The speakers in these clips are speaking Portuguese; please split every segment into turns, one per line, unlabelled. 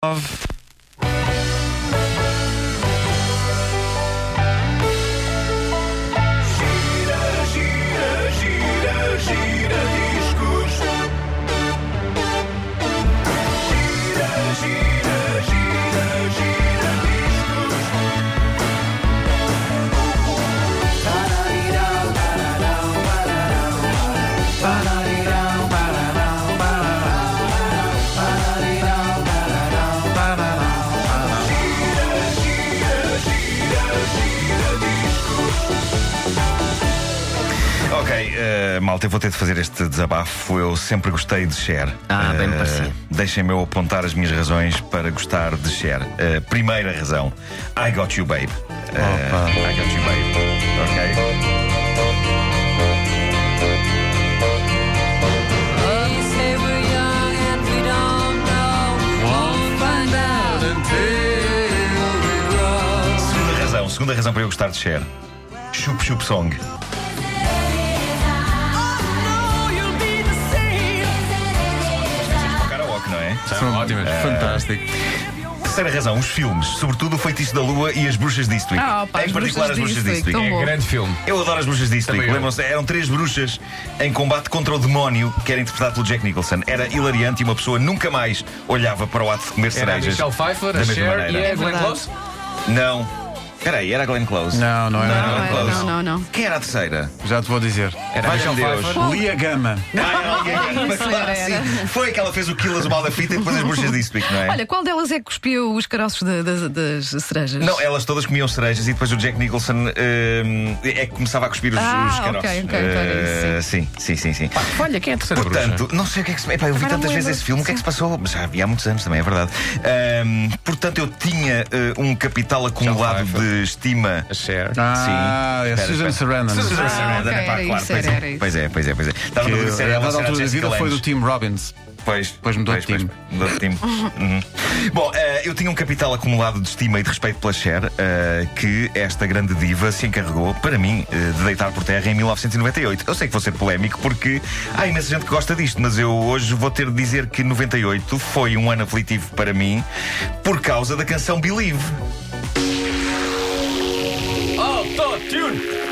9.
Gira, gira, gira, gira discos. Gira, gira, gira, gira discos.
Ok, eh, malta, eu vou ter de fazer este desabafo. Eu sempre gostei de Cher.
Ah, bem me
Eh,
parecia.
Deixem-me eu apontar as minhas razões para gostar de Cher. Eh, primeira razão: I Got You Babe. Eh, I Got You Babe. Ok. Segunda razão, segunda razão para eu gostar de Cher: Chup Chup Song.
Tipo
Para o karaoke, não é?
São ótimas. Fantástico.
Terceira razão, os filmes, sobretudo o Feitiço da Lua e as Bruxas de Eastwick. É
Ah, pá,
em
as
particular
Bruxas
as
de
Bruxas de
Eastwick,
Eastwick.
tão bom.
Grande filme.
Eu adoro as bruxas de Eastwick.
Também eu.
Lembram-se? Eram três bruxas em combate contra o demónio, que era interpretado pelo Jack Nicholson. Era hilariante e uma pessoa nunca mais olhava para o ato de comer
Era a
cerejas.
Michelle Pfeiffer,
da
a
mesma
Cher
maneira.
e a Glenn
verdade.
Close.
Não. Peraí, era a Glenn Close.
Não, não é.
era
não.
Glenn
não,
Close.
não, não, não.
Quem era a terceira?
Já te vou dizer.
Era a
Valha-me
Michelle
Deus.
Pfeiffer.
Lia Gama.
Ah, era alguém-
isso era, era.
Sim, Foi aquela que fez o Killers, o mal da fita e depois as bruxas de Eastwick, não é?
Olha, qual delas é que cuspiu os caroços da- das, das cerejas?
Não, elas todas comiam cerejas e depois o Jack Nicholson hum, é que começava a cuspir os,
Ah,
os caroços.
ok, ok, ok,
Eh, sim, sim, sim, sim.
Olha, quem é a terceira bruxa?
Portanto, não sei o que é que se. Epá, eu vi
Agora
tantas
me
vezes
lembro.
esse filme, o que é que se passou? Mas Já havia há muitos anos também, é verdade. Hum, portanto, eu tinha eh, um capital acumulado
Pfeiffer.
de estima.
A Cher.
Ah, é
espera,
Susan
espera.
Sarandon.
Susan
Ah,
Sarandon.
ok,
pá,
era
claro,
isso,
pois,
era,
é,
era isso.
pois é, pois é, pois é. Estava
Que,
na dúvida se era
a
ela ou
dada
se era
altura da
Jessica
vida foi
Lange.
do Tim Robbins.
Pois.
Depois mudou de time.
mudou de time. Uhum. Bom, eh, eu tinha um capital acumulado de estima e de respeito pela Cher, eh, que esta grande diva se encarregou, para mim, eh, de deitar por terra em 1998. Eu sei que vou ser polémico porque há imensa gente que gosta disto, mas eu hoje vou ter de dizer que 98 foi um ano aflitivo para mim por causa da canção Believe.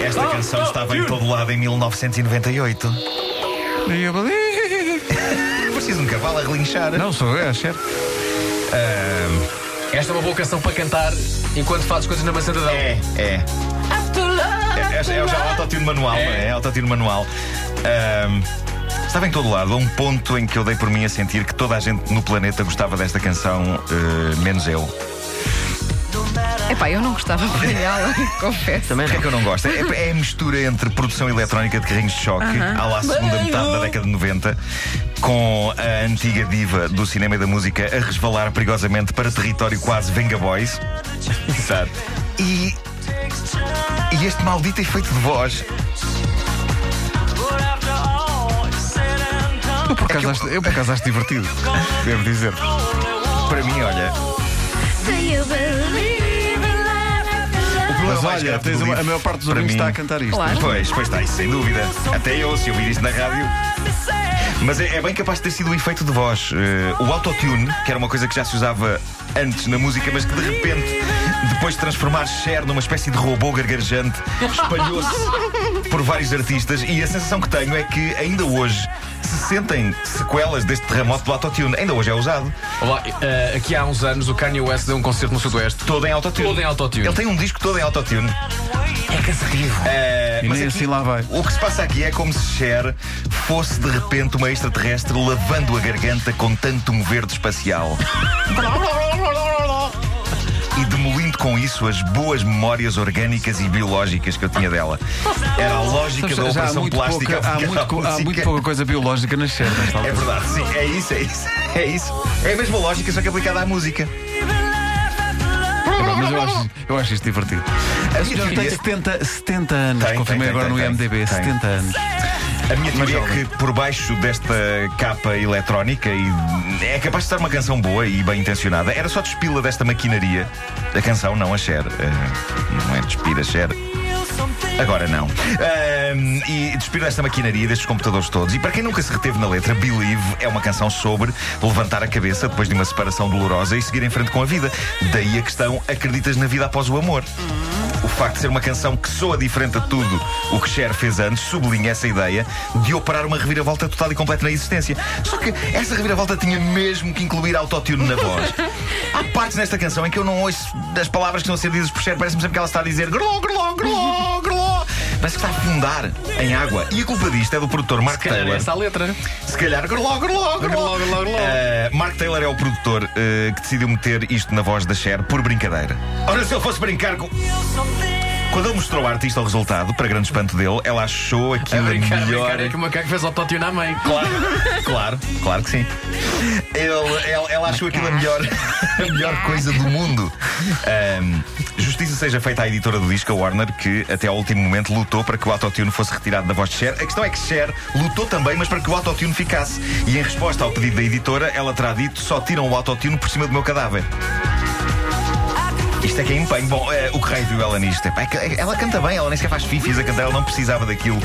Esta canção estava em todo lado em 1998.
E eu falei,
Preciso de um cavalo a relinchar.
Não, sou eu, é certo.
Esta é uma boa canção para cantar enquanto fazes coisas na maçadadão.
É, é. É, é, é já o autotune manual,
É.
não é? É autotune manual. Ahm, estava em todo lado, a um ponto em que eu dei por mim a sentir que toda a gente no planeta gostava desta canção, eh, menos eu. é-
Epá, eu não gostava por ela, confesso.
Porquê é que eu não gosto? É, é a mistura entre produção eletrónica de carrinhos de choque, à lá segunda metade da década de 90, com a antiga diva do cinema e da música a resvalar perigosamente para território quase Venga Boys. Exato. E, e este maldito efeito de voz.
Eu por acaso acho- eu por acaso acho divertido. Devo dizer.
Para mim, olha.
Mas
é mais
olha,
grave
tens
do
uma-
livro,
a maior parte dos
para
ouvintes
mim-
está a cantar isto.
Claro.
Pois, pois está, isso sem dúvida. Até eu, se ouvir isto na rádio. Mas é, é bem capaz de ter sido o efeito de voz. Eh, o autotune, que era uma coisa que já se usava antes na música, mas que de repente, depois de transformar Cher numa espécie de robô gargarejante, espalhou-se por vários artistas. E a sensação que tenho é que ainda hoje se sentem sequelas deste terremoto do autotune. Ainda hoje é usado.
Olá, eh, aqui há uns anos o Kanye West deu um concerto no Sudoeste.
Todo em autotune.
Todo em autotune.
Ele tem um disco todo em autotune. É cansativo. É,
E
mas
nem
aqui-
assim lá vai.
o que se passa aqui é como se Cher fosse de repente uma extraterrestre lavando a garganta com tanto um verde espacial. E demolindo com isso as boas memórias orgânicas e biológicas que eu tinha dela. Era a lógica
Sabes,
da
já há
operação
muito,
plástica.
pouca, há,
aplicada
muito,
à
co- há
música.
muito pouca coisa biológica nas séries. nesta
É
altura.
verdade, sim, é isso, é isso, é isso. É a mesma lógica, só que aplicada à música.
Mas eu acho, eu acho isto divertido.
A
Eu
minha
tenho
teoria-
70, 70 anos,
Tem, tem,
confirmei
tem,
agora
tem,
no
tem.
IMDB,
Tem.
70 anos.
A minha teoria
jovem.
é que por baixo desta capa eletrónica e- é capaz de estar uma canção boa e bem intencionada. Era só despila desta maquinaria. A canção, não a Cher. Eh, não é despir a Cher. Agora não. Ahm, e despiro desta maquinaria, destes computadores todos. E para quem nunca se reteve na letra, Believe é uma canção sobre levantar a cabeça depois de uma separação dolorosa e seguir em frente com a vida. Daí a questão: acreditas na vida após o amor? O facto de ser uma canção que soa diferente a tudo o que Cher fez antes sublinha essa ideia de operar uma reviravolta total e completa na existência. Só que essa reviravolta tinha mesmo que incluir autotune na voz. Há partes nesta canção em que eu não ouço das palavras que estão a ser ditas por Cher, parece-me sempre que ela está a dizer grló, grló, grló, grló. Parece que está a afundar em água. E a culpa disto é do produtor Mark
Se calhar é
Taylor.
essa a letra.
Se calhar, grló, grló, grló.
Grló, grló, grló.
Eh, Mark Taylor é o produtor eh, que decidiu meter isto na voz da Cher por brincadeira. Ora, se ele fosse brincar com. Quando ele mostrou à artista o resultado, para grande espanto dele, ela achou
A
aquilo a
brincar, a
melhor.
brincar. É que o macaco fez autotune à mãe.
Claro, claro, claro que sim. Ele, ele- ela achou aquilo a melhor, a melhor coisa do mundo. Ahm, justiça seja feita à editora do disco, a Warner, que até ao último momento lutou para que o autotune fosse retirado da voz de Cher. A questão é que Cher lutou também, mas para que o autotune ficasse. E em resposta ao pedido da editora, ela terá dito: só tiram o autotune por cima do meu cadáver. Isto é que é empenho. Bom, eh, o que raio viu ela nisto? Epá, é que, eh, ela canta bem, ela nem sequer faz fifis a cantar, ela não precisava daquilo.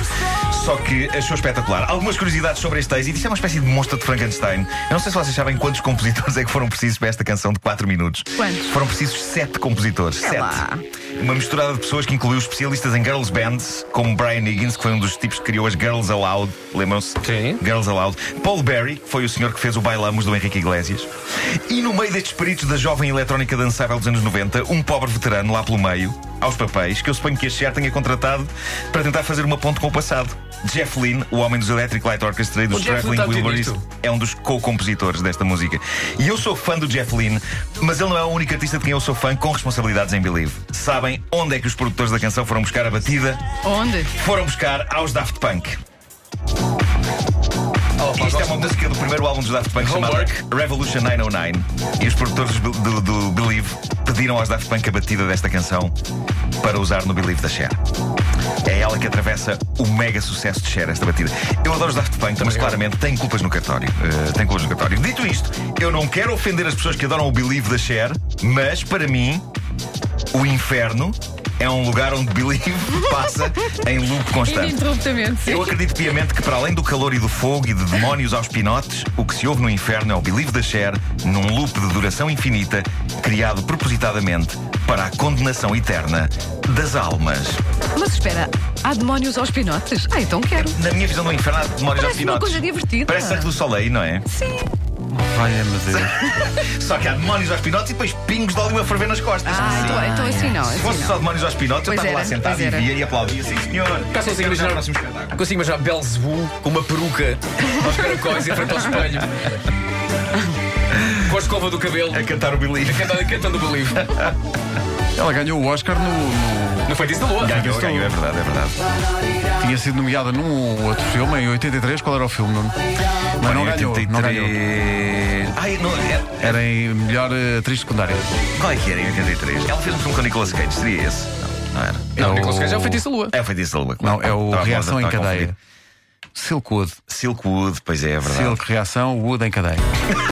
Só que achou espetacular. Algumas curiosidades sobre este êxito. Isto é uma espécie de monstro de Frankenstein. Eu não sei se vocês sabem quantos compositores é que foram precisos para esta canção de 4 minutos.
Quantos?
Foram precisos 7 compositores.
É lá.
7. Uma misturada de pessoas que incluiu especialistas em girls bands, como Brian Higgins, que foi um dos tipos que criou as Girls Aloud, lembram-se?
Sim.
Girls Aloud. Paul Berry, que foi o senhor que fez o Bailamos do Henrique Iglesias. E no meio destes peritos da jovem eletrónica dançável dos anos 90, um pobre veterano lá pelo meio, aos papéis, que eu suponho que a Cher tenha contratado para tentar fazer uma ponte com o passado. Jeff Lynne, o homem dos Electric Light Orchestra e dos
O Jeff Lynne tá
Traveling
está metido
Wilburys,
nisto?
é um dos co-compositores desta música. E eu sou fã do Jeff Lynne, mas ele não é o único artista de quem eu sou fã com responsabilidades em Believe. Sabem onde é que os produtores da canção foram buscar a batida?
Onde?
Foram buscar aos Daft Punk.
Oh, pá,
Isto é
gosto
uma música do primeiro álbum dos Daft Punk chamada
Homework.
Revolution 909. E os produtores do, do- do Believe pediram aos Daft Punk a batida desta canção para usar no Believe da Cher. É ela que atravessa o mega sucesso de Cher, esta batida. Eu adoro os Daft Punk, mas claramente tem culpas no cartório. Eh, tem culpas no cartório. Dito isto, eu não quero ofender as pessoas que adoram o Believe da Cher, mas para mim, o inferno é um lugar onde Believe passa em loop constante.
Ininterruptamente.
Eu acredito piamente que, para além do calor e do fogo e de demónios aos pinotes, o que se ouve no inferno é o Believe da Cher num loop de duração infinita, criado propositadamente para a condenação eterna das almas.
Mas espera, há demónios aos pinotes? Ah, então quero.
Na minha visão do inferno, há demónios aos
Parece uma
pinotes.
coisa divertida.
Parece a do Soleil, não é?
Sim.
Vai, meu Deus.
Só que há demónios aos pinotes e depois pingos de óleo a ferver nas costas.
Ah, então, então assim não.
Se
Assim
fosse
não.
só demónios aos pinotes, eu
Pois
estava lá
era,
sentado
pois
e
era.
via e aplaudia, sim senhor.
Cá consigo
Quero ver o
imaginar-
próximo espetáculo.
Consigo imaginar Belzebu com uma peruca aos caracóis em frente ao espelho. Com a escova do cabelo.
A cantar o Believe.
Cantando, cantando o livro.
Ela ganhou o Oscar no. no-
No feitiço da lua.
Ganhou, ganhou, é verdade, é verdade.
Tinha sido nomeada num ou outro filme, em 83. Qual era o filme, Nuno? Mas não
Em
ganhou. Não ganhou.
83. Ai, não, é-
Era em melhor eh, atriz secundária.
Qual é que era em 83? Ela fez um filme com o Nicolas Cage, seria esse? Não, não era.
É o
o-
Nicolas Cage é o feitiço da lua.
É o Feitiço da Lua, claro.
Não, é o
Estava a
Reação em
falar- estava a
Cadeia. Tá.
confundir.
Silkwood.
Silkwood, pois é, é verdade.
Silk, Reação, Wood em Cadeia.